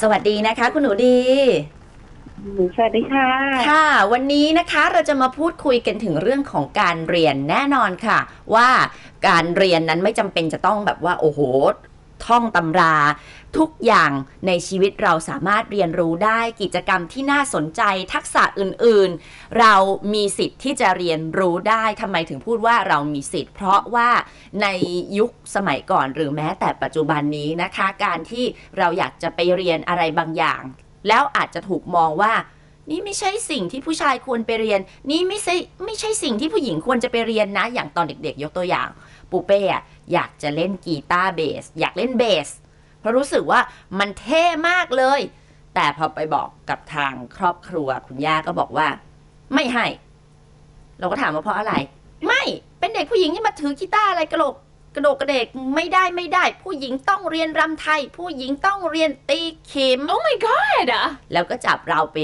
สวัสดีนะคะ คุณหนูดี สวัสดีค่ะ ค่ะ วันนี้นะคะเราจะมาพูดคุยกันถึงเรื่องของการเรียนแน่นอนค่ะ ว่าการเรียนนั้นไม่จำเป็นจะต้องแบบว่าโอ้โหท่องตำรา ทุกอย่างในชีวิตเราสามารถเรียนรู้ได้กิจกรรมที่น่าสนใจทักษะอื่นๆ เรามีสิทธิ์ที่จะเรียนรู้ได้ทำไมถึงพูดว่าเรามีสิทธิ์ เพราะว่าในยุคสมัยก่อนหรือแม้แต่ปัจจุบันนี้นะคะ การที่เราอยากจะไปเรียนอะไรบางอย่าง แล้วอาจจะถูกมองว่า นี่ไม่ใช่สิ่งที่ผู้ชายควรไปเรียน นี่ไม่ใช่ไม่ใช่สิ่งที่ผู้หญิงควรจะไปเรียนนะ อย่างตอนเด็กๆ ยกตัวอย่าง ปูเป้อะอยากจะเล่นกีตาร์เบส อยากเล่นเบส เพราะรู้สึกว่ามันเท่มากเลย แต่พอไปบอกกับทางครอบครัวคุณย่าก็บอกว่า ไม่ให้ เราก็ถามว่าเพราะอะไร ไม่เป็นเด็กผู้หญิงนี่มาถือกีตาร์อะไรกระโหลกกระโดกกระเดกไม่ได้ไม่ได้ ผู้หญิงต้องเรียนรำไทย ผู้หญิงต้องเรียนตีเข็ม Oh my god อะ แล้วก็จับเราไป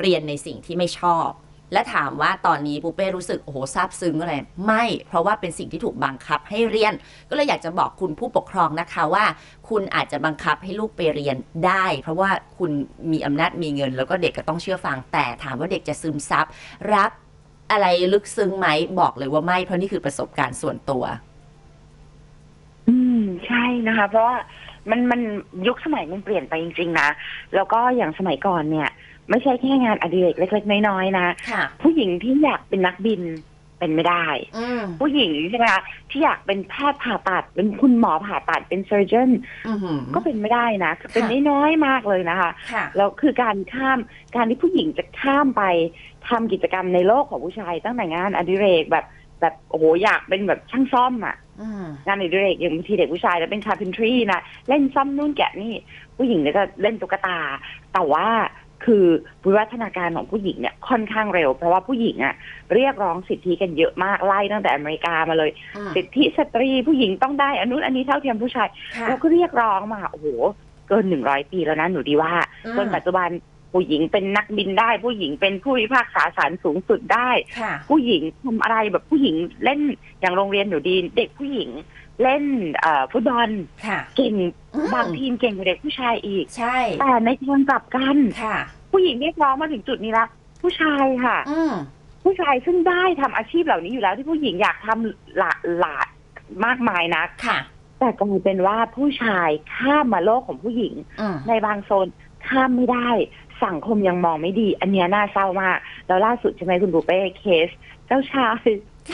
เรียนในสิ่งที่ไม่ชอบ และถามว่าตอนนี้ปูเป้รู้สึกโอ้โหซาบซึ้งอะไร ไม่ เพราะว่าเป็นสิ่งที่ถูกบังคับให้เรียน ก็เลยอยากจะบอกคุณผู้ปกครองนะคะว่า คุณอาจจะบังคับให้ลูกไปเรียนได้ เพราะว่าคุณมีอำนาจมีเงิน แล้วก็เด็กก็ต้องเชื่อฟัง แต่ถามว่าเด็กจะซึมซับรับอะไรลึกซึ้งไหมบอกเลยว่าไม่ เพราะนี่คือประสบการณ์ส่วนตัว อืมใช่นะคะ เพราะว่ามันมันยุคสมัยมันเปลี่ยนไปจริง ๆ นะ แล้วก็อย่างสมัยก่อนเนี่ย ไม่ใช่แค่งานอดิเรกเล็ก ๆ น้อยๆนะ ค่ะ ผู้หญิงที่อยากเป็นนักบินเป็นไม่ได้ อืม ผู้หญิงใช่ไหมคะที่อยากเป็นแพทย์ผ่าตัด เป็นคุณหมอผ่าตัดเป็นเซอร์เจน อือหือ ก็เป็นไม่ได้นะคือเป็นน้อยๆมากเลยนะคะ ค่ะ แล้วคือการข้ามการที่ผู้หญิงจะข้ามไปทำกิจกรรมในโลกของผู้ชาย ตั้งแต่งานอดิเรกแบบแบบโอ้โหอยากเป็นแบบช่างซ่อมอะ อืม งานอดิเรกอย่างบางทีเด็กผู้ชายแล้วเป็นคาร์เพนทรีนะเล่นซ่อมนู่นแกะนี่ผู้หญิงเนี่ยจะเล่นตุ๊กตา แต่ว่าคือวิวัฒนาการของผู้หญิงเนี่ยค่อนข้างเร็ว เพราะว่าผู้หญิงอะเรียกร้องสิทธิกันเยอะมากไล่ตั้งแต่อเมริกามาเลย อืม สิทธิสตรีผู้หญิงต้องได้อนนุนอันนี้เท่าเทียมผู้ชาย ค่ะ เราก็เรียกร้องมาโอ้โหเกินหนึ่งร้อยปีแล้วนะหนูดีว่า อืม จนปัจจุบันผู้หญิงเป็นนักบินได้ ผู้หญิงเป็นผู้พิพากษาศาลสูงสุดได้ ค่ะ ผู้หญิงทำอะไรแบบผู้หญิงเล่นอย่างโรงเรียนหนูดี เด็กผู้หญิงเล่นเอ่อฟุตบอล ค่ะ เก่ง อืม บางทีมเก่งกว่าเด็กผู้ชายอีก ใช่ แต่ในทางกลับกัน ค่ะ ผู้หญิงเรียกร้องมาถึงจุดนี้ละผู้ชายค่ะ อืม ผู้ชายซึ่งได้ทำอาชีพเหล่านี้อยู่แล้วที่ผู้หญิงอยากทำหลาหลากมากมายนัก ค่ะ แต่กลายเป็นว่าผู้ชายข้ามมาโลกของผู้หญิง อืม ในบางโซนข้ามไม่ได้สังคมยังมองไม่ดี อันเนี้ยน่าเศร้ามากแล้วล่าสุดใช่ไหมคุณบุเป้เคส เจ้าชาย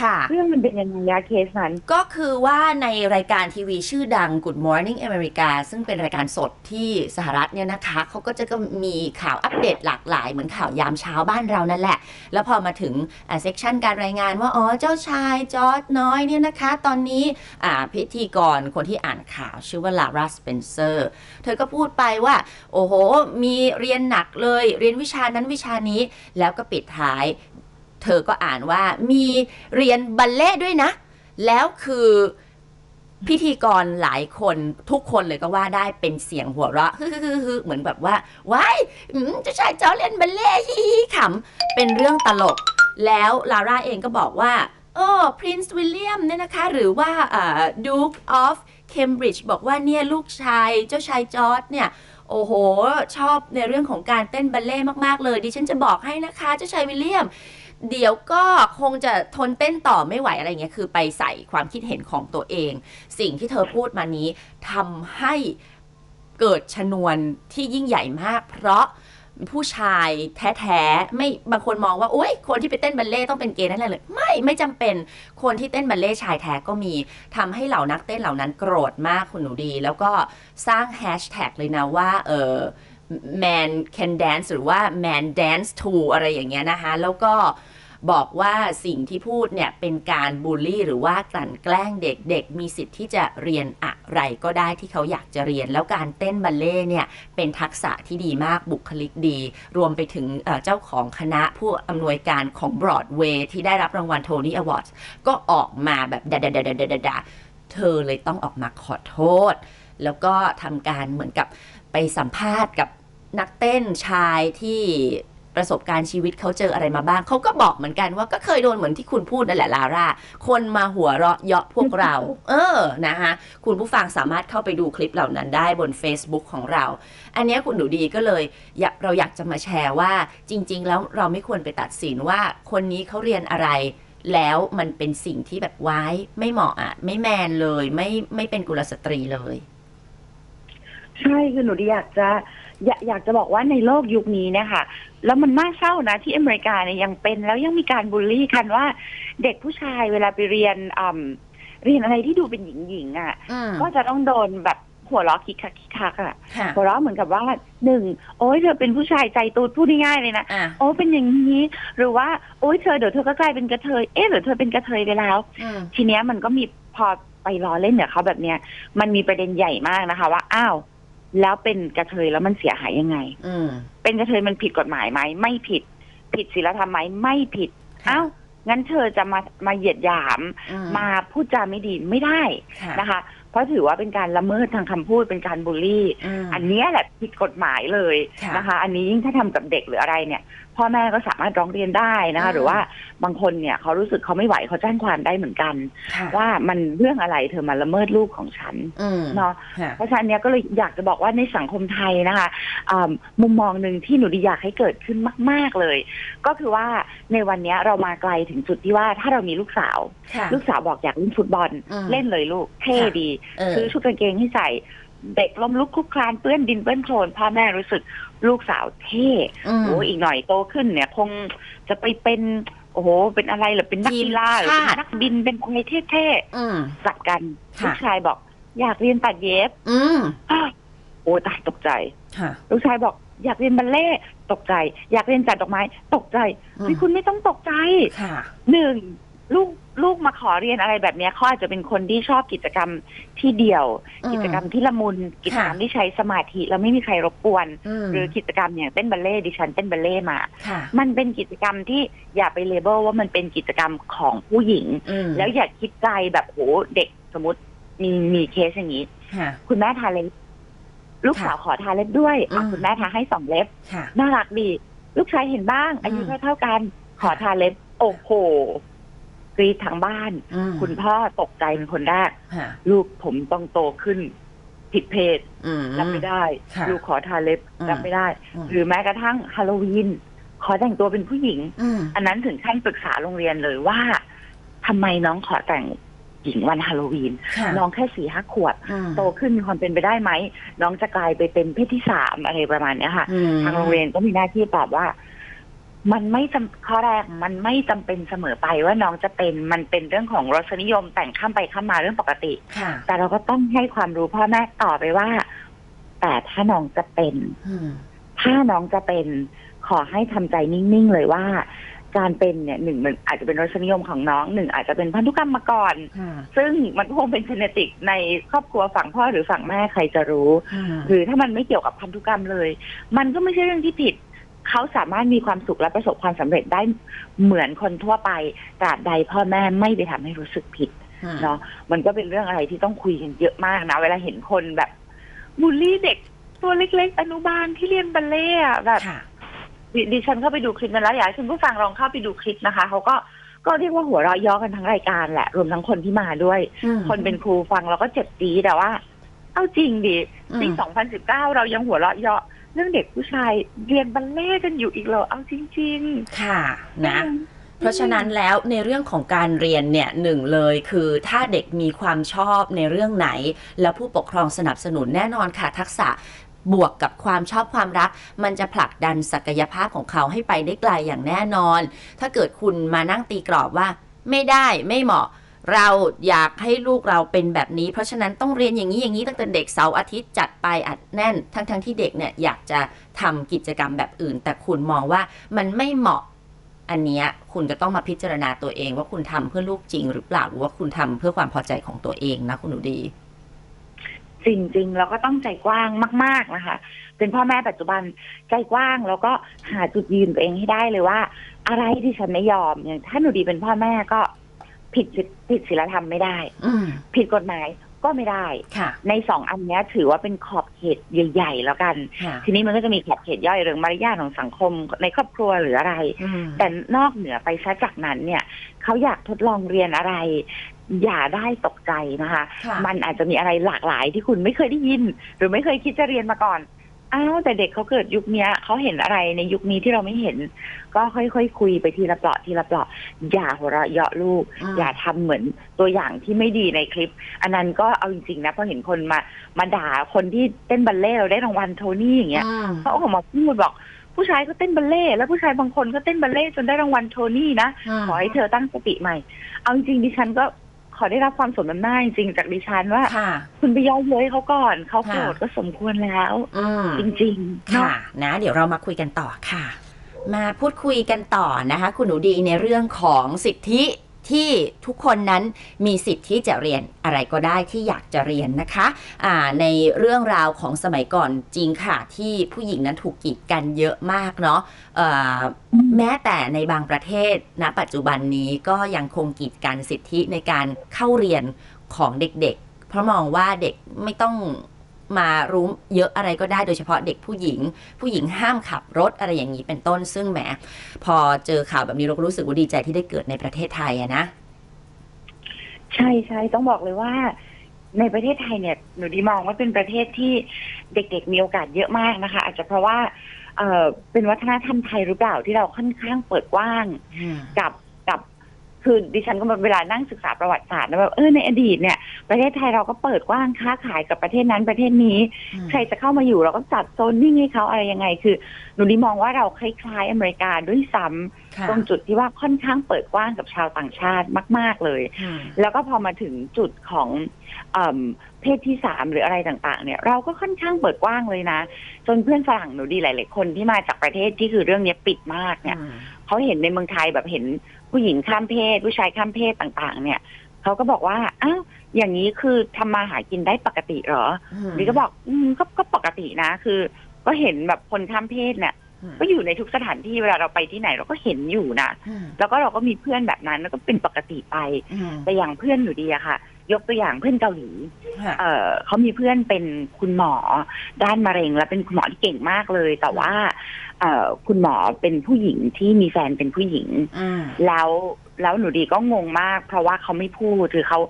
ค่ะ เรื่องมันเป็นยังไงยาเคสนั้น ก็คือว่าในรายการทีวีชื่อดัง Good Morning America ซึ่งเป็นรายการสดที่สหรัฐเนี่ยนะคะ เขาก็จะก็มีข่าวอัปเดตหลากหลายเหมือนข่าวยามเช้าบ้านเรานั่นแหละ แล้วพอมาถึงเซกชันการรายงานว่า อ๋อ เจ้าชายจอร์ดน้อยเนี่ยนะคะ ตอนนี้อ่าพิธีกรคนที่อ่านข่าวชื่อว่าลาราสเปนเซอร์ เธอก็พูดไปว่า โอ้โห มีเรียนหนักเลย เรียนวิชานั้นวิชานี้ แล้วก็ปิดท้าย เธอก็อ่านว่ามีเรียนบัลเล่ต์ด้วยนะ แล้วคือพิธีกรหลายคนทุกคนเลยก็ว่าได้เป็นเสียงหัวเราะ ฮึฮึฮึเหมือนแบบว่าว้ายอืมเจ้าชายจอร์จเล่นบัลเล่ต์ ฮิฮิขำเป็นเรื่องตลก แล้วลาร่าเองก็บอกว่าโอ้พรินซ์วิลเลียมเนี่ยนะคะ หรือว่าดูคออฟเคมบริดจ์บอกว่าเนี่ยลูกชายเจ้าชายจอร์ดเนี่ย โอ้โห ชอบในเรื่องของการเต้นบัลเล่ต์มาก ๆ เลย ดิฉันจะบอกให้นะคะเจ้าชายวิลเลียม เดี๋ยวก็คงจะทนเต้นต่อไม่ไหวอะไรเงี้ย คือไปใส่ความคิดเห็นของตัวเอง สิ่งที่เธอพูดมานี้ทำให้เกิดชนวนที่ยิ่งใหญ่มาก เพราะผู้ชายแท้ๆไม่บางคนมองว่าโอ๊ยคนที่ไปเต้นบัลเล่ต์ต้องเป็นเกย์นั่นแหละเลยไม่ไม่จำเป็นคนที่เต้นบัลเล่ต์ชายแท้ก็มีทำให้เหล่านักเต้นเหล่านั้นโกรธมากคุณหนูดี แล้วก็สร้างแฮชแท็กเลยนะว่าเออ man can dance หรือว่า man dance to อะไรอย่างเงี้ยนะคะ แล้วก็บอกว่าสิ่งที่พูดเนี่ย เป็นการบูลลี่หรือว่ากลั่นแกล้งเด็กเด็กมีสิทธิ์ที่จะเรียนอะไรก็ได้ที่เขาอยากจะเรียน แล้วการเต้นบัลเล่ต์เนี่ย เป็นทักษะที่ดีมากบุคลิกดี รวมไปถึงเอ่อเจ้าของคณะผู้อำนวยการของบรอดเวย์ที่ได้รับรางวัลโทนี่อวอร์ดก็ออกมาแบบดาดาดาดาดาดาเธอเลยต้องออกมาขอโทษ แล้วก็ทำการเหมือนกับไปสัมภาษณ์กับนักเต้นชายที่ ประสบการณ์ชีวิตเขาเจออะไรมาบ้าง เขาก็บอกเหมือนกันว่าก็เคยโดนเหมือนที่คุณพูดนั่นแหละลาร่า คนมาหัวเราะเยาะพวกเรา เออนะคะคุณผู้ฟังสามารถเข้าไปดูคลิปเหล่านั้นได้บน Facebook ของเรา อันเนี้ยคุณหนูดีก็เลยอยากเราอยากจะมาแชร์ว่าจริง ๆ แล้วเราไม่ควรไปตัดสินว่าคนนี้เขาเรียนอะไร แล้วมันเป็นสิ่งที่แบบว้ายไม่เหมาะอ่ะ ไม่แมนเลยไม่ไม่เป็นกุลสตรีเลย ใช่คือหนูดีอยากจะอยากอยากจะบอกว่าในโลกยุคนี้เนี่ยค่ะ แล้วมันน่าเศร้านะที่อเมริกาเนี่ยยังเป็นแล้วยังมีการบูลลี่กันว่า เด็กผู้ชายเวลาไปเรียนอ่ำเรียนอะไรที่ดูเป็นหญิงๆอ่ะ อืม ก็จะต้องโดนแบบหัวล้อคิกคักคิกคักอ่ะ ค่ะ หัวล้อเหมือนกับว่าหนึ่งโอ้ยเธอเป็นผู้ชายใจตูดพูดง่ายๆเลยนะ อ่ะ โอ้ยเป็นอย่างนี้ หรือว่าโอ้ยเธอเดี๋ยวเธอก็กลายเป็นกระเทยเอ๊ะหรือเธอเป็นกระเทยไปแล้ว อืม ทีเนี้ยมันก็มีพอไปล้อเล่นเนี่ยเขาแบบเนี้ย มันมีประเด็นใหญ่มากนะคะ ว่าอ้าวแล้วเป็นกระเทยแล้วมันเสียหายยังไง อืม เป็นกระเทยมันผิดกฎหมายไหมไม่ผิด ผิดศีลธรรมไหมไม่ผิด ค่ะ อ้าวงั้นเธอจะมามาเหยียดหยาม อื มาพูดจาไม่ดีไม่ได้ ค่ะ นะคะ เพราะถือว่าเป็นการละเมิดทางคำพูดเป็นการบูลลี่ ม อันเนี้ยแหละผิดกฎหมายเลย ค่ะ นะคะ อันนี้ยิ่งถ้าทำกับเด็กหรืออะไรเนี่ย พ่อแม่ก็สามารถร้องเรียนได้นะคะ อืม หรือว่าบางคนเนี่ยเขารู้สึกเขาไม่ไหวเขาแจ้งความได้เหมือนกัน ค่ะ ว่ามันเรื่องอะไรเธอมาละเมิดลูกของฉัน อืม เนาะ ค่ะ เพราะฉะนั้นเนี่ยก็เลยอยากจะบอกว่าในสังคมไทยนะคะอ่ามุมมองหนึ่งที่หนูดีอยากให้เกิดขึ้นมาก ๆเลย ก็คือว่าในวันเนี้ยเรามาไกลถึงจุดที่ว่าถ้าเรามีลูกสาว ค่ะ ลูกสาวบอกอยากเล่นฟุตบอล อืม เล่นเลยลูกเท่ดี เออ ซื้อชุดกางเกงให้ใส่ เด็กล้มลุกคลุกคลานเปื้อนดินเปื้อนโคลนพ่อแม่รู้สึกลูกสาวเท่ อืม โอ้อีกหน่อยโตขึ้นเนี่ย คงจะไปเป็นโอ้โหเป็นอะไรหรือเป็นนักกีฬาหรือเป็นนักบินเป็นอะไรเท่ อืม ๆจัดกัน ค่ะ ลูกชายบอก อยากเรียนตัดเย็บ อืม อ้าวโอ้ตายตกใจ ค่ะ ลูกชายบอก อยากเรียนบัลเล่ต์ตกใจ อยากเรียนจัดดอกไม้ตกใจ อืม พี่คุณไม่ต้องตกใจ ค่ะ หนึ่งลูกลูกมาขอเรียนอะไรแบบเนี้ยเขาอาจจะเป็นคนที่ชอบกิจกรรมที่เดี่ยว อืม กิจกรรมที่ละมุนกิจกรรม ค่ะ ที่ใช้สมาธิแล้วไม่มีใครรบกวน อืม หรือกิจกรรมอย่างเต้นบัลเล่ต์ดิฉันเต้นบัลเล่ต์มา ค่ะ มันเป็นกิจกรรมที่อย่าไปเลเบลว่ามันเป็นกิจกรรมของผู้หญิง อืม แล้วอย่าคิดใจแบบโหเด็กสมมติมีมีเคสอย่างนี้ ค่ะ คุณแม่ทาเล็บลูก ค่ะ สาวขอทาเล็บด้วยอ่ะ อืม คุณแม่ทาให้สองเล็บ ค่ะ น่ารักดี ลูกชายเห็นบ้าง อายุ อืม เท่าเท่าๆกัน ขอทาเล็บ โอ้โหกรีดทั้งบ้าน อืม คุณพ่อตกใจเป็นคนแรก ค่ะ ลูกผมต้องโตขึ้น ผิดเพศ อืม รับไม่ได้ ค่ะ ลูกขอทาเล็บ อืม รับไม่ได้ อืม หรือแม้กระทั่งฮาโลวีนขอแต่งตัวเป็นผู้หญิง อืม อันนั้นถึงขั้นปรึกษาโรงเรียนเลยว่าทำไมน้องขอแต่งหญิงวันฮาโลวีน ค่ะ น้องแค่สี่ห้าขวบ อืม โตขึ้นมีความเป็นไปได้ไหมน้องจะกลายไปเป็นเพศที่สามอะไรประมาณเนี้ยค่ะ อืม ทางโรงเรียนก็มีหน้าที่ตอบว่า มันไม่จำข้อแรกมันไม่จำเป็นเสมอไปว่าน้องจะเป็นมันเป็นเรื่องของรสนิยมแต่งข้ามไปข้ามมาเรื่องปกติ ค่ะ แต่เราก็ต้องให้ความรู้พ่อแม่ต่อไปว่า แต่ถ้าน้องจะเป็น อืม ถ้าน้องจะเป็น ขอให้ทำใจนิ่งๆเลยว่า การเป็นเนี่ยหนึ่งมันอาจจะเป็นรสนิยมของน้องหนึ่งอาจจะเป็นพันธุกรรมมาก่อน ค่ะ ซึ่งมันคงเป็นเ e นติกในครอบครัวฝั่งพ่อหรือฝั่งแม่ใครจะรู้ อืม หรือถ้ามันไม่เกี่ยวกับพันธุกรรมเลย มันก็ไม่ใช่เรื่องที่ผิด เขาสามารถมีความสุขและประสบความสำเร็จได้เหมือนคนทั่วไปตราบใดพ่อแม่ไม่ไปทำให้รู้สึกผิดเนาะมันก็เป็นเรื่องอะไรที่ต้องคุยกันเยอะมากนะ เวลาเห็นคนแบบบูลลี่เด็กตัวเล็ก ๆ อนุบาลที่เรียนบัลเล่ต์อะแบบ ค่ะ ดิดิฉันเข้าไปดูคลิปนั้นแล้วอยากให้คุณผู้ฟังลองเข้าไปดูคลิปนะคะเขาก็ก็เรียกว่าหัวเราะเย้อกันทั้งรายการแหละรวมทั้งคนที่มาด้วย อืม คนเป็นครูฟังเราก็เจ็บจีดแต่ว่า เอาจริงดิ ปี อืม 2019 เรายังหัวเราะเยาะเรื่องเด็กผู้ชายเรียนบัลเล่ต์กันอยู่อีกเหรอ เอาจริง ค่ะ ๆ นะ เพราะฉะนั้นแล้วในเรื่องของการเรียนเนี่ยหนึ่งเลยคือถ้าเด็กมีความชอบในเรื่องไหน แล้วผู้ปกครองสนับสนุนแน่นอนค่ะทักษะบวกกับความชอบความรัก มันจะผลักดันศักยภาพของเขาให้ไปได้ไกลอย่างแน่นอน ถ้าเกิดคุณมานั่งตีกรอบว่า ไม่ได้ไม่เหมาะ เราอยากให้ลูกเราเป็นแบบนี้ เพราะฉะนั้นต้องเรียนอย่างนี้อย่างนี้ตั้งแต่เด็กเสาร์อาทิตย์จัดไปอัดแน่น ทั้งๆทที่เด็กเนี่ยอยากจะทำกิจกรรมแบบอื่น แต่คุณมองว่ามันไม่เหมาะ อันเนี้ยคุณจะต้องมาพิจารณาตัวเองว่าคุณทำเพื่อลูกจริงหรือเปล่าหรือว่าคุณทำเพื่อความพอใจของตัวเองนะคุณหนูดี จริงๆ เราก็ต้องใจกว้างมาก ๆนะคะ เป็นพ่อแม่ปัจจุบันใจกว้างแล้วก็หาจุดยืนตัวเองให้ได้เลยว่า อะไรที่ฉันไม่ยอมอย่างถ้าหนูดีเป็นพ่อแม่ก็ ผิดศีลผิดศีลธรรมไม่ได้ อืม ผิดกฎหมาย ก็ไม่ได้ ค่ะ ในสองอันเนี้ยถือว่าเป็นขอบเขตใหญ่ ๆ แล้วกัน ค่ะ ทีนี้มันก็จะมีขอบเขตย่อยเรื่องมารยาทของสังคมในครอบครัวหรืออะไร อืม แต่นอกเหนือไปซะจากนั้นเนี่ยเขาอยากทดลองเรียนอะไร อย่าได้ตกใจนะคะ ค่ะ มันอาจจะมีอะไรหลากหลายที่คุณไม่เคยได้ยิน หรือไม่เคยคิดจะเรียนมาก่อน อ้าวแต่เด็กเขาเกิดยุคเนี้ยเขาเห็นอะไรในยุคนี้ที่เราไม่เห็น ก็ค่อยๆคุยไปทีละเปลาะทีละเปลาะอย่าหัวเราะเยาะลูก ม อย่าทำเหมือนตัวอย่างที่ไม่ดีในคลิป อันนั้นก็เอาจริงๆนะพอเห็นคนมามาด่าคนที่เต้นบัลเล่ต์แล้วได้รางวัลโทนี่อย่างเงี้ย อืม เขาออกมาพูดบอก ผู้ชายก็เต้นบัลเล่ต์แล้วผู้ชายบางคนก็เต้นบัลเล่ต์จนได้รางวัลโทนี่นะ ม ขอให้เธอตั้งสติใหม่ เอาจริงๆดิฉันก็ขอได้รับความสมน้ำหน้าจริงๆจากดิฉันว่า ค่ะ คุณไปย้อนเย้ยเขาก่อน เขา ค่ะ โกรธก็สมควรแล้ว อืม จริงๆเนอ ค่ะ นะ เดี๋ยวเรามาคุยกันต่อค่ะ มาพูดคุยกันต่อนะคะ คุณหนูดีในเรื่องของสิทธิที่ทุกคนนั้นมีสิทธิ์ที่จะเรียนอะไรก็ได้ที่อยากจะเรียนนะคะอ่าในเรื่องราวของสมัยก่อนจริงค่ะ ที่ผู้หญิงนั้นถูกกีดกันเยอะมากเนาะเอ่อแม้แต่ในบางประเทศณปัจจุบันนี้ก็ยังคงกีดกันสิทธิในการเข้าเรียนของเด็กๆ เพราะมองว่าเด็กไม่ต้องมารู้เยอะอะไรก็ได้โดยเฉพาะเด็กผู้หญิง ผู้หญิงห้ามขับรถอะไรอย่างนี้เป็นต้นซึ่งแหมพอเจอข่าวแบบนี้เราก็รู้สึกว่าดีใจที่ได้เกิดในประเทศไทยอะนะ ใช่ใช่ต้องบอกเลยว่า ในประเทศไทยเนี่ยหนูดีมองว่าเป็นประเทศที่เด็กๆมีโอกาสเยอะมากนะคะ อาจจะเพราะว่าเอ่อเป็นวัฒนธรรมไทยหรือเปล่าที่เราค่อนข้างเปิดกว้าง กับกับคือดิฉันก็มาเวลานั่งศึกษาประวัติศาสตร์นะแบบเออในอดีตเนี่ยประเทศไทยเราก็เปิดกว้างค้าขายกับประเทศนั้นประเทศนี้ ใครจะเข้ามาอยู่เราก็จัดโซนนิ่งให้เขาอะไรยังไง คือหนูดีมองว่าเราคล้ายๆอเมริกาด้วยซ้ำ ค่ะ ตรงจุดที่ว่าค่อนข้างเปิดกว้างกับชาวต่างชาติมาก ๆเลย อืม แล้วก็พอมาถึงจุดของเอมเพศที่สามหรืออะไรต่างๆ เนี่ยเราก็ค่อนข้างเปิดกว้างเลยนะ จนเพื่อนฝรั่งหนูดีหลายๆคนที่มาจากประเทศที่คือเรื่องเนี้ยปิดมากเนี่ย อืม เขาเห็นในเมืองไทยแบบเห็นผู้หญิงข้ามเพศ ผู้ชายข้ามเพศต่างๆ เนี่ยเขาก็บอกว่าอ้าวอย่างนี้คือทำมาหากินได้ปกติเหรอดิก็บอกอืมก็ก็ปกตินะ คือ ก็เห็นแบบคนข้ามเพศเนี่ย อืม ก็อยู่ในทุกสถานที่เวลาเราไปที่ไหนเราก็เห็นอยู่นะ อืม แล้วก็เราก็มีเพื่อนแบบนั้นแล้วก็เป็นปกติไป อืม แต่อย่างเพื่อนหนูดีอะค่ะ ยกตัวอย่างเพื่อนเกาหลี ค่ะ เอ่อเขามีเพื่อนเป็นคุณหมอด้านมะเร็ง และเป็นคุณหมอที่เก่งมากเลย แต่ว่าเอ่อคุณหมอเป็นผู้หญิงที่มีแฟนเป็นผู้หญิง อืม แล้วแล้วหนูดีก็งงมาก เพราะว่าเขาไม่พูดคือเขา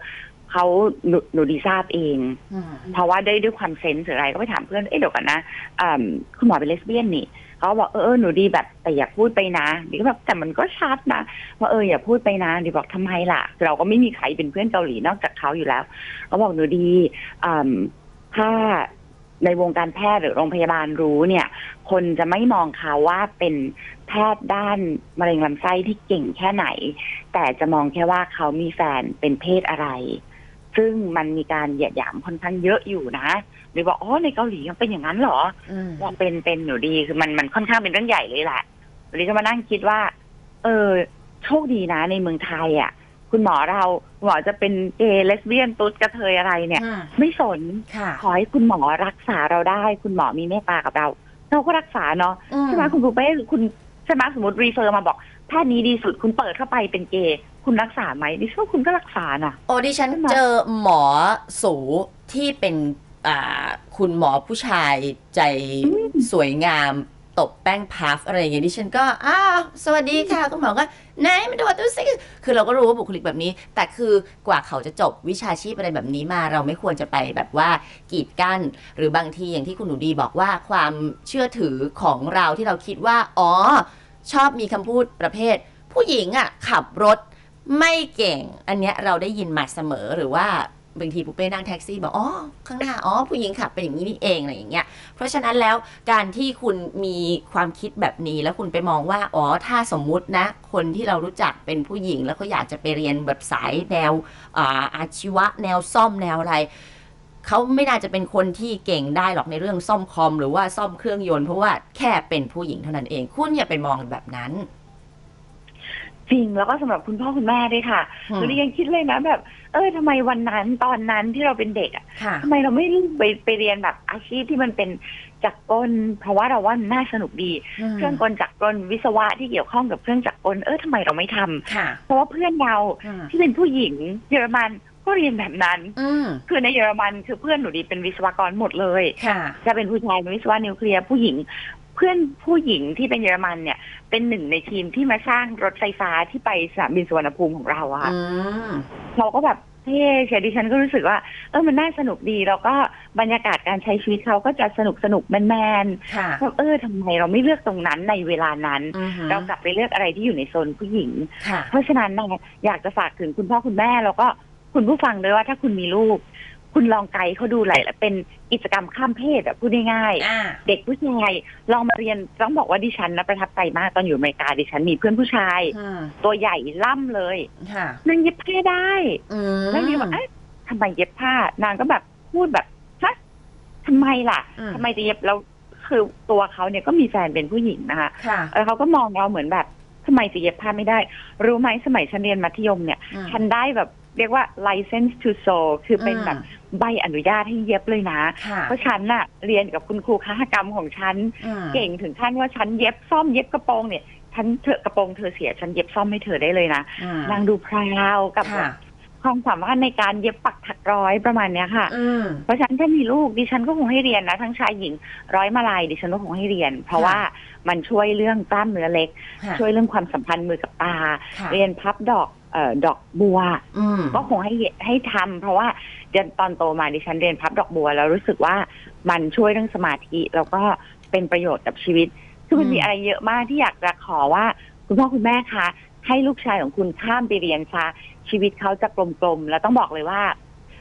เขาหนูหนูดีทราบเอง อืม เพราะว่าด้วยด้วยความเซนส์หรืออะไรก็ไปถามเพื่อนเอ๊ะเดี๋ยวก่อนนะอ่าคุณหมอเป็นเลสเบี้ยนนี่เขาก็บอกเออเออหนูดีแบบแต่อย่าพูดไปนะดีก็แบบแต่มันก็ชัดนะว่าเอออย่าพูดไปนะดีบอกทำไมล่ะ เราก็ไม่มีใครเป็นเพื่อนเกาหลีนอกจากเขาอยู่แล้วเขาบอกหนูดีอ่าถ้าในวงการแพทย์หรือโรงพยาบาลรู้เนี่ย คนจะไม่มองเขาว่าเป็นแพทย์ด้านมะเร็งลำไส้ที่เก่งแค่ไหน แต่จะมองแค่ว่าเขามีแฟนเป็นเพศอะไร ซึ่งมันมีการเหยียดหยามค่อนข้างเยอะอยู่นะหรือบอกอ๋อในเกาหลียังเป็นอย่างนั้นเหรอ อืม ว่าเป็นเป็นหนูดีคือมันมันค่อนข้างเป็นเรื่องใหญ่เลยแหละหรือก็มานั่งคิดว่า เออโชคดีนะในเมืองไทยอ่ะ คุณหมอเราคุณหมอจะเป็นเกย์เลสเบี้ยนตุ๊ดกระเทยอะไรเนี่ย อืม ไม่สน ค่ะ ขอให้คุณหมอรักษาเราได้ คุณหมอมีเมตตากับเรา เราก็รักษาเนาะ อืม ใช่ไหมคุณปูเป้หรือคุณใช่ไหมสมมติรีเฟอร์มาบอกแพทย์นี้ดีสุดคุณเปิดเข้าไปเป็นเกย์คุณรักษาไหมดิฉันว่าคุณก็รักษาน่ะ โอ้ดิฉันเจอหมอสูที่เป็นอ่าคุณหมอผู้ชายใจสวยงามตบแป้งพัฟอะไรอย่างเงี้ยดิฉันก็อ้าวสวัสดีค่ะคุณหมอก็ไหนมาดูว่าตัวซิ คือเราก็รู้ว่าบุคลิกแบบนี้ แต่คือกว่าเขาจะจบวิชาชีพอะไรแบบนี้มาเราไม่ควรจะไปแบบว่ากีดกั้น หรือบางทีอย่างที่คุณหนูดีบอกว่าความเชื่อถือของเราที่เราคิดว่า อ๋อ ชอบมีคำพูดประเภท ผู้หญิงอ่ะขับรถไม่เก่ง อันเนี้ยเราได้ยินมาเสมอหรือว่าบางทีปุ๊เป้นั่งแท็กซี่บอกอ๋อข้างหน้าอ๋อผู้หญิงขับเป็นอย่างนี้นี่เองอะไรอย่างเงี้ย เพราะฉะนั้นแล้วการที่คุณมีความคิดแบบนี้แล้วคุณไปมองว่า อ๋อถ้าสมมุตินะ คนที่เรารู้จักเป็นผู้หญิง แล้วเขาอยากจะไปเรียนแบบสายแนวอาอาชีวะ แนวซ่อมแนวอะไร เขาไม่น่าจะเป็นคนที่เก่งได้หรอกในเรื่องซ่อมคอม หรือว่าซ่อมเครื่องยนต์เพราะว่าแค่เป็นผู้หญิงเท่านั้นเอง คุณอย่าไปมองแบบนั้น จริงแล้วก็สำหรับคุณพ่อคุณแม่ด้วยค่ะ อืม หนูยังคิดเลยนะแบบ เออทำไมวันนั้นตอนนั้นที่เราเป็นเด็กอะ ค่ะ ทำไมเราไม่ไปไปเรียนแบบอาชีพที่มันเป็นจักรกล เพราะว่าเราว่ามันน่าสนุกดี เครื่องกลจักรกลวิศวะที่เกี่ยวข้องกับเครื่องจักรกลเออทำไมเราไม่ทำ ค่ะ เพราะว่าเพื่อนเรา อืม ที่เป็นผู้หญิงเยอรมันก็ ก็เรียนแบบนั้น อืม คือในเยอรมันคือเพื่อนหนูดีเป็นวิศวกรหมดเลย ค่ะ จะเป็นผู้ชายเป็นวิศวะนิวเคลียร์ผู้หญิง เพื่อนผู้หญิงที่เป็นเยอรมันเนี่ย เป็นหนึ่งในทีมที่มาสร้างรถไฟฟ้าที่ไปสนามบินสุวรรณภูมิของเราอะค่ะ อืม เราก็แบบเท่เชียร์ดิฉันก็รู้สึกว่าเออมันน่าสนุกดีแล้วก็บรรยากาศการใช้ชีวิตเขาก็จะสนุกสนุกแมนแมน ค่ะ ๆว่าเออทำไมเราไม่เลือกตรงนั้นในเวลานั้น อือหือ เรากลับไปเลือกอะไรที่อยู่ในโซนผู้หญิง ค่ะ เพราะฉะนั้นนะอยากจะฝากถึงคุณพ่อคุณแม่แล้วก็คุณผู้ฟังด้วยว่าถ้าคุณมีลูก คุณลองไกด์เขาดูหลายๆเป็นกิจกรรมข้ามเพศอะพูดง่ายๆ อ่า เด็กผู้ชายลองมาเรียนต้องบอกว่าดิฉันนะประทับใจมากตอนอยู่อเมริกาดิฉันมีเพื่อนผู้ชาย อืม ตัวใหญ่ล่ำเลย ค่ะ นางเย็บผ้าได้ อืม แล้วนี่ว่าเอ๊ะทำไมเย็บผ้านางก็แบบพูดแบบฮะทำไมล่ะ อืม ทำไมจะเย็บแล้วคือตัวเขาเนี่ยก็มีแฟนเป็นผู้หญิงนะคะ ค่ะ เออเขาก็มองเราเหมือนแบบทำไมจะเย็บผ้าไม่ได้ รู้ไหมสมัยฉันเรียนมัธยมเนี่ย อืม ฉันได้แบบเรียกว่า license to sew คือเป็น อืม แบบใบอนุญาตให้เย็บเลยนะ ค่ะ เพราะฉันน่ะเรียนกับคุณครูคหกรรมของฉัน อืม เก่งถึงขั้นว่าฉันเย็บซ่อมเย็บกระโปรงเนี่ยฉันเถอะกระโปรงเธอเสีย ฉันเย็บซ่อมให้เธอได้เลยนะ อืม นางดูพราวกับ ค่ะ ความสามารถในการเย็บปักถักร้อยประมาณเนี้ยค่ะ อืม เพราะฉะนันถ้ามีลูกดิฉันก็คงให้เรียนนะ ทั้งชายหญิงร้อยมาลายดิฉันก็คงให้เรียน เพราะ ค่ะ ว่ามันช่วยเรื่องกล้ามเนื้อเล็ก ค่ะ ช่วยเรื่องความสัมพันธ์มือกับตา ค่ะ เรียนพับดอกเอ่อดอกบัว อืม ก็คงให้ให้ทำเพราะว่าเรียนตอนโตมาดิฉันเรียนพับดอกบัว แล้วรู้สึกว่ามันช่วยเรื่องสมาธิ แล้วก็เป็นประโยชน์กับชีวิต คือมัน อืม มีอะไรเยอะมากที่อยากจะขอว่า คุณพ่อคุณแม่คะให้ลูกชายของคุณข้ามไปเรียนซะชีวิตเขาจะกลมๆแล้วต้องบอกเลยว่า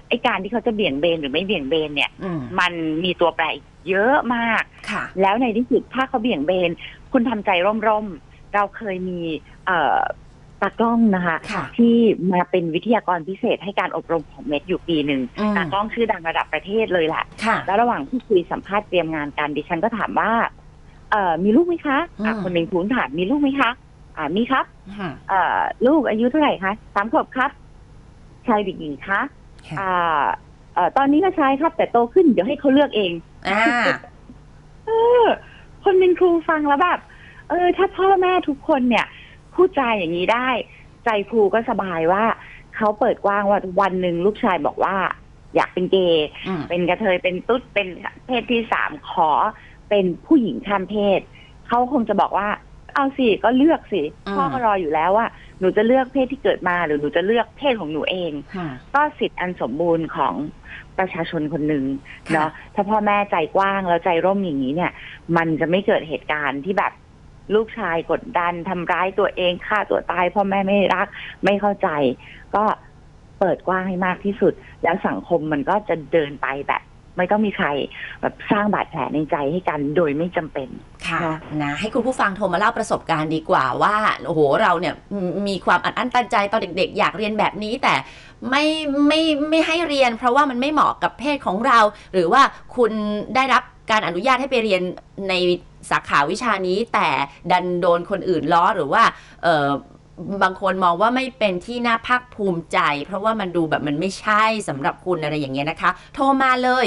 ไอการที่เขาจะเบี่ยงเบนหรือไม่เบี่ยงเบนเนี่ย อืม มันมีตัวแปรอีกเยอะมาก ค่ะ แล้วในที่สุดถ้าเขาเบี่ยงเบน คุณทำใจร่มๆเราเคยมีเอ่อตากล้องนะคะ ค่ะ ที่มาเป็นวิทยากรพิเศษให้การอบรมของเม็ดอยู่ปีหนึ่ง อืม ตากล้องชื่อดังระดับประเทศเลยแหละ ค่ะ แล้วระหว่างที่คุยสัมภาษณ์เตรียมงานกันดิฉันก็ถามว่า เอ่อมีลูกไหมคะอ่ะ อืม คนหนึ่งคุณถามมีลูกไหมคะ อ่ามีครับ อืม เอ่อลูกอายุเท่าไหร่คะสามขวบครับ ชายหรือหญิงคะ ค่ะ อ่าเอ่อตอนนี้ก็ชายครับ แต่โตขึ้นเดี๋ยวให้เขาเลือกเอง อ่า เออคนเป็นครูฟังแล้วแบบเออ ถ้าพ่อแม่ทุกคนเนี่ยพูดจาอย่างนี้ได้ ใจครูก็สบายว่า เขาเปิดกว้างว่าวันหนึ่งลูกชายบอกว่า อยากเป็นเกย์ อืม เป็นกระเทยเป็นตุ๊ดเป็นเพศที่สามขอ เป็นผู้หญิงข้ามเพศ เขาคงจะบอกว่า เอาสิก็เลือกสิ อืม พ่อก็รออยู่แล้วว่าหนูจะเลือกเพศที่เกิดมา หรือหนูจะเลือกเพศของหนูเอง ค่ะ ก็สิทธิ์อันสมบูรณ์ของประชาชนคนหนึ่ง ค่ะ เนาะถ้าพ่อแม่ใจกว้างแล้วใจร่มอย่างนี้เนี่ย มันจะไม่เกิดเหตุการณ์ที่แบบลูกชายกดดันทำร้ายตัวเองฆ่าตัวตายพ่อแม่ไม่รักไม่เข้าใจ ก็เปิดกว้างให้มากที่สุด แล้วสังคมมันก็จะเดินไปแบบ ไม่ต้องมีใครแบบสร้างบาดแผลในใจให้กันโดยไม่จำเป็น ค่ะ เนอะ นะให้คุณผู้ฟังโทรมาเล่าประสบการณ์ดีกว่าว่าโอ้โหเราเนี่ยมมีความอัดอั้นตันใจตอนเด็ก ๆ อยากเรียนแบบนี้ แต่ไม่ไม่ไม่ให้เรียน เพราะว่ามันไม่เหมาะกับเพศของเรา หรือว่าคุณได้รับการอนุญาตให้ไปเรียนในสาขาวิชานี้ แต่ดันโดนคนอื่นล้อหรือว่าเออบางคนมองว่าไม่เป็นที่น่าภาคภูมิใจ เพราะว่ามันดูแบบมันไม่ใช่สำหรับคุณอะไรอย่างเงี้ยนะคะ โทรมาเลย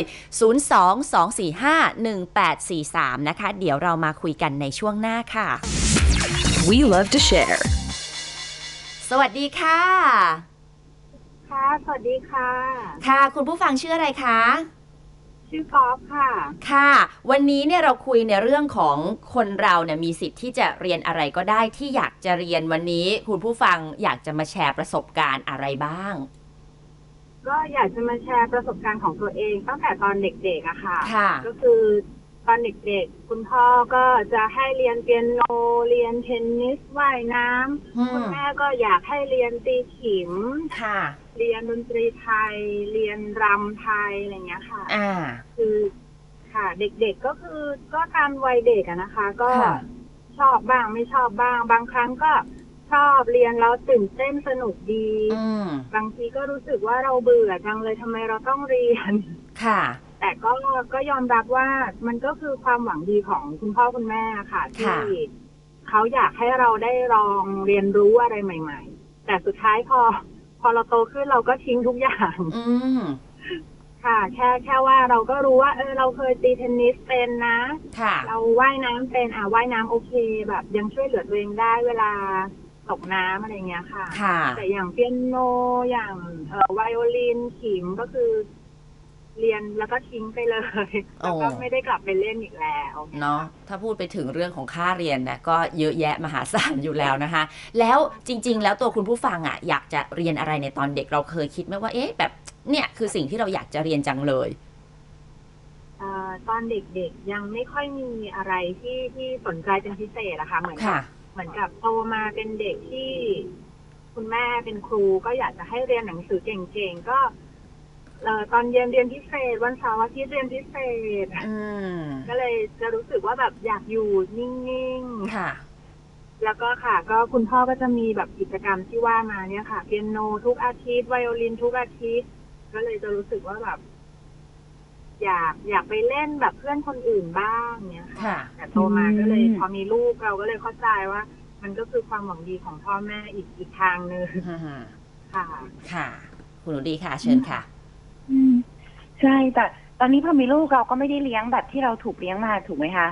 02-245-1843 นะคะ เดี๋ยวเรามาคุยกันในช่วงหน้าค่ะ We love to share. สวัสดีค่ะ ค่ะ สวัสดีค่ะ ค่ะ คุณผู้ฟังชื่ออะไรคะ ชื่อกอล์ฟค่ะ ค่ะ วันนี้เนี่ยเราคุยในเรื่องของคนเราเนี่ยมีสิทธิ์ที่จะเรียนอะไรก็ได้ที่อยากจะเรียนวันนี้ คุณผู้ฟังอยากจะมาแชร์ประสบการณ์อะไรบ้าง ก็อยากจะมาแชร์ประสบการณ์ของตัวเอง ตั้งแต่ตอนเด็กๆอะค่ะ ค่ะ ก็คือตอนเด็กๆ คุณพ่อก็จะให้เรียนเปียโน เรียนเทนนิส ว่ายน้ อื ำ คุณ ม แม่ก็อยากให้เรียนตีขิม ค่ะ เรียนดนตรีไทย เรียนรำไทยอะไรอย่างเงี้ยค่ะ อ่า คือค่ะ เด็กๆก็คือก็ตามวัยเด็กอะนะคะ ก็ ค่ะ ชอบบ้างไม่ชอบบ้าง บางครั้งก็ชอบเรียนแล้วตื่นเต้นสนุกดี อืม บางทีก็รู้สึกว่าเราเบื่อจังเลยทำไมเราต้องเรียน ค่ะ แต่ก็ก็ยอมรับว่ามันก็คือความหวังดีของคุณพ่อคุณแม่ค่ะ ที่ ค่ะ เขาอยากให้เราได้ลองเรียนรู้อะไรใหม่ ๆ แต่สุดท้ายพอ พอเราโตขึ้นเราก็ทิ้งทุกอย่าง อืม ค่ะ แค่แค่ว่าเราก็รู้ว่า เออเราเคยตีเทนนิสเป็นนะ ค่ะ เราว่ายน้ำเป็นอ่ะว่ายน้ำโอเค แบบยังช่วยเหลือตัวเองได้เวลา ตกน้ำอะไรเงี้ยค่ะ ค่ะ แต่อย่างเปียโนอย่างเอ่อไวโอลินขิมก็คือ เรียนแล้วก็ทิ้งไปเลย โอ้ แล้วก็ไม่ได้กลับไปเล่นอีกแล้ว เนาะถ้าพูดไปถึงเรื่องของค่าเรียนนะก็เยอะแยะมหาศาลอยู่แล้วนะคะ แล้วจริง ๆ แล้วตัวคุณผู้ฟังอะ่ะอยากจะเรียนอะไรในตอนเด็กเราเคยคิดไหมว่าเอ๊ะแบบเนี่ยคือสิ่งที่เราอยากจะเรียนจังเลย เออตอนเด็กๆยังไม่ค่อยมีอะไรที่ที่สนใจเป็นพิเศษอะค่ะเหมือนกั ค่ะ บเหมือนกับโตมาเป็นเด็กที่ คุณแม่เป็นครูก็อยากจะให้เรียนหนังสือเก่งๆก็เอ่อตอนเย็นเรียนพิเศษ วันเสาร์อาทิตย์เรียนพิเศษ อืม ก็เลยจะรู้สึกว่าแบบอยากอยู่นิ่งๆ ค่ะ แล้วก็ค่ะ ก็คุณพ่อก็จะมีแบบกิจกรรมที่ว่ามาเนี่ยค่ะเปียโนทุกอาทิตย์ไวโอลินทุกอาทิตย์ก็เลยจะรู้สึกว่าแบบ อยากอยากไปเล่นแบบเพื่อนคนอื่นบ้างเนี่ยค่ะ ค่ะ แต่โตมาก็เลย อืม พอมีลูกเราก็เลยเข้าใจว่า มันก็คือความหวังดีของพ่อแม่อีกอีกทางหนึ่งค่ะ ค่ะ คุณหนูดีค่ะ เชิญค่ะ อืมใช่แต่ตอนนี้พอมีลูกเราก็ไม่ได้เลี้ยงแบบที่เราถูกเลี้ยงมาถูกไหมคะ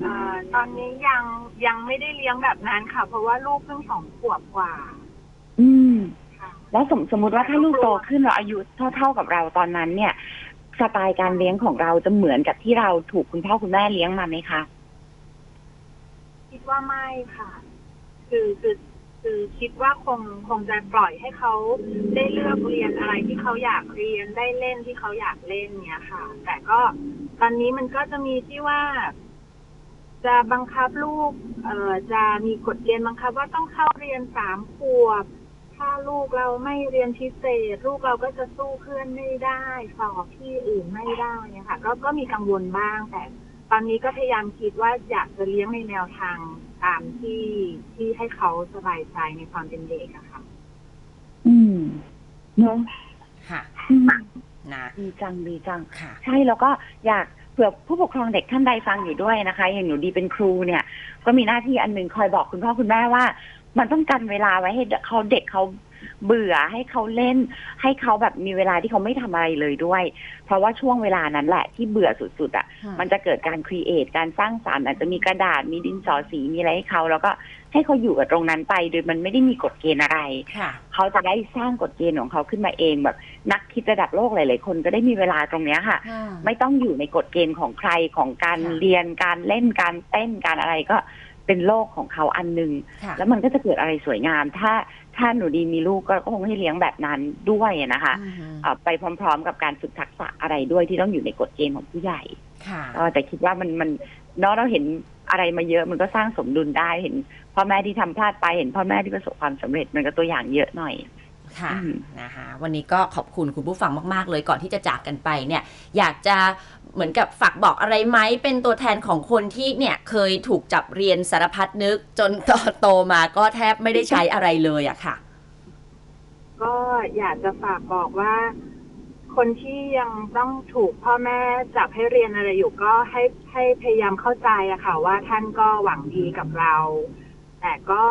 เอ่อตอนนี้ยังยังไม่ได้เลี้ยงแบบนั้นค่ะ เพราะว่าลูกเพิ่งสองขวบกว่า อืม ค่ะ แล้วสมสมมติว่าถ้าลูกโตขึ้นเราอายุเท่าเท่ากับเราตอนนั้น เนี่ย สไตล์การเลี้ยงของเราจะเหมือนกับที่เราถูกคุณพ่อคุณแม่เลี้ยงมาไหมคะ คิดว่าไม่ค่ะ คือคือคือคิดว่าคงคงจะปล่อยให้เขาได้เลือกเรียนอะไรที่เขาอยากเรียนได้เล่นที่เขาอยากเล่นเนี้ยค่ะ แต่ก็ตอนนี้มันก็จะมีที่ว่า จะบังคับลูก เอ่อจะมีกฎเกณฑ์บังคับว่าต้องเข้าเรียนสามขวบ ถ้าลูกเราไม่เรียนพิเศษ ลูกเราก็จะสู้เพื่อนไม่ได้สอบที่อื่นไม่ได้เนี่ยค่ะ ก็ก็มีกังวลบ้างแต่ ตอนนี้ก็พยายามคิดว่าอยากจะเลี้ยงในแนวทางตามที่ที่ให้เขาสบายใจในความเป็นเด็กอะค่ะ อืมเนาะ ค่ะ อืม นะ ดีจังดีจัง ค่ะ ใช่แล้วก็อยากเผื่อผู้ปกครองเด็กท่านใดฟังอยู่ด้วยนะคะ อย่างหนูดีเป็นครูเนี่ย ก็มีหน้าที่อันหนึ่งคอยบอกคุณพ่อคุณแม่ว่า มันต้องกันเวลาไว้ให้เขาเด็กเขาเบื่อให้เขาเล่น ให้เขาแบบมีเวลาที่เขาไม่ทำอะไรเลยด้วย เพราะว่าช่วงเวลานั้นแหละที่เบื่อสุดๆอ่ะ มันจะเกิดการครีเอทการสร้างสารรค์อาจจะมีกระดาษมีดินสอสีมีอะไรให้เขา แล้วก็ให้เขาอยู่กับตรงนั้นไป โดยมันไม่ได้มีกฎเกณฑ์อะไร ค่ะ เขาจะได้สร้างกฎเกณฑ์ของเขาขึ้นมาเองแบบ นักคิดระดับโลกหลายๆคนก็ได้มีเวลาตรงเนี้ยค่ะ ไม่ต้องอยู่ในกฎเกณฑ์ของใครของการ ค่ะ เรียนการเล่นการเต้นการอะไรก็เป็นโลกของเขาอันหนึง ค่ะ แล้วมันก็จะเกิดอะไรสวยงาม ถ้าถ้าหนูดีมีลูกก็ก็คงให้เลี้ยงแบบนั้นด้วยนะคะ อืม เอ่อไปพร้อม ๆ กับการฝึกทักษะอะไรด้วยที่ต้องอยู่ในกฎเกณฑ์ของผู้ใหญ่ ค่ะ เออแต่คิดว่ามันมันเนาะเราเห็นอะไรมาเยอะมันก็สร้างสมดุลได้เห็นพ่อแม่ที่ทำพลาดไปเห็นพ่อแม่ที่ประสบความสำเร็จมันก็ตัวอย่างเยอะหน่อย ค่ะ อืม นะคะวันนี้ก็ขอบคุณคุณผู้ฟังมาก ๆ เลยก่อนที่จะจากกันไปเนี่ยอยากจะเหมือนกับฝากบอกอะไรไหมเป็นตัวแทนของคนที่เนี่ยเคยถูกจับเรียนสารพัดนึกจนตอนโตมาก็แทบไม่ได้ใช้อะไรเลยอะค่ะ ก็อยากจะฝากบอกว่า คนที่ยังต้องถูกพ่อแม่จับให้เรียนอะไรอยู่ก็ให้ให้พยายามเข้าใจอะค่ะ ว่าท่านก็หวังดีกับเรา แต่ก็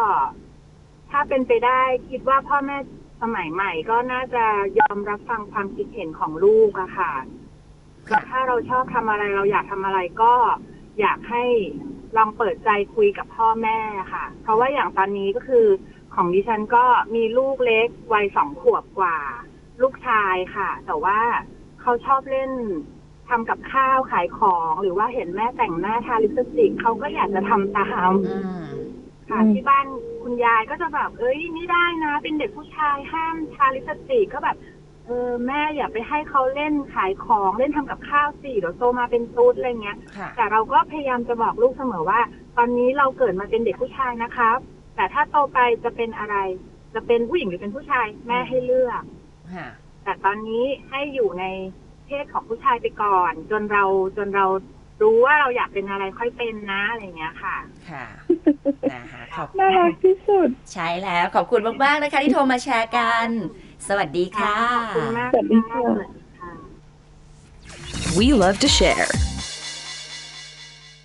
ถ้าเป็นไปได้คิดว่าพ่อแม่สมัยใหม่ก็น่าจะยอมรับฟังความคิดเห็นของลูกอะค่ะ ค่ะ ถ้าเราชอบทำอะไรเราอยากทำอะไรก็ อยากให้ลองเปิดใจคุยกับพ่อแม่ค่ะ เพราะว่าอย่างตอนนี้ก็คือ ของดิฉันก็มีลูกเล็กวัยสองขวบกว่า ลูกชายค่ะ แต่ว่าเขาชอบเล่นทำกับข้าวขายของ หรือว่าเห็นแม่แต่งหน้าทาลิปสติกเขาก็อยากจะทำตาม อืม ค่ะ อืม ที่บ้านคุณยายก็จะแบบเอ้ยไม่ได้นะ เป็นเด็กผู้ชายห้ามทาลิปสติกก็แบบ เออแม่อย่าไปให้เขาเล่นขายของเล่นทำกับข้าวสิเดี๋ยวโตมาเป็นตุ๊ดอะไรเงี้ย ค่ะ แต่เราก็พยายามจะบอกลูกเสมอว่า ตอนนี้เราเกิดมาเป็นเด็กผู้ชายนะครับ แต่ถ้าโตไปจะเป็นอะไร จะเป็นผู้หญิงหรือเป็นผู้ชายแม่ให้เลือก ค่ะ แต่ตอนนี้ให้อยู่ในเพศของผู้ชายไปก่อน จนเราจนเรารู้ว่าเราอยากเป็นอะไรค่อยเป็นนะอะไรอย่างเงี้ยค่ะ ค่ะนะคะขอบ น่ารักที่สุด ใช้แล้วขอบคุณมาก ๆ นะคะที่โทรมาแชร์กัน สวัสดีค่ะ ขอบคุณมาก สวัสดีค่ะ สวัสดีค่ะ We love to share.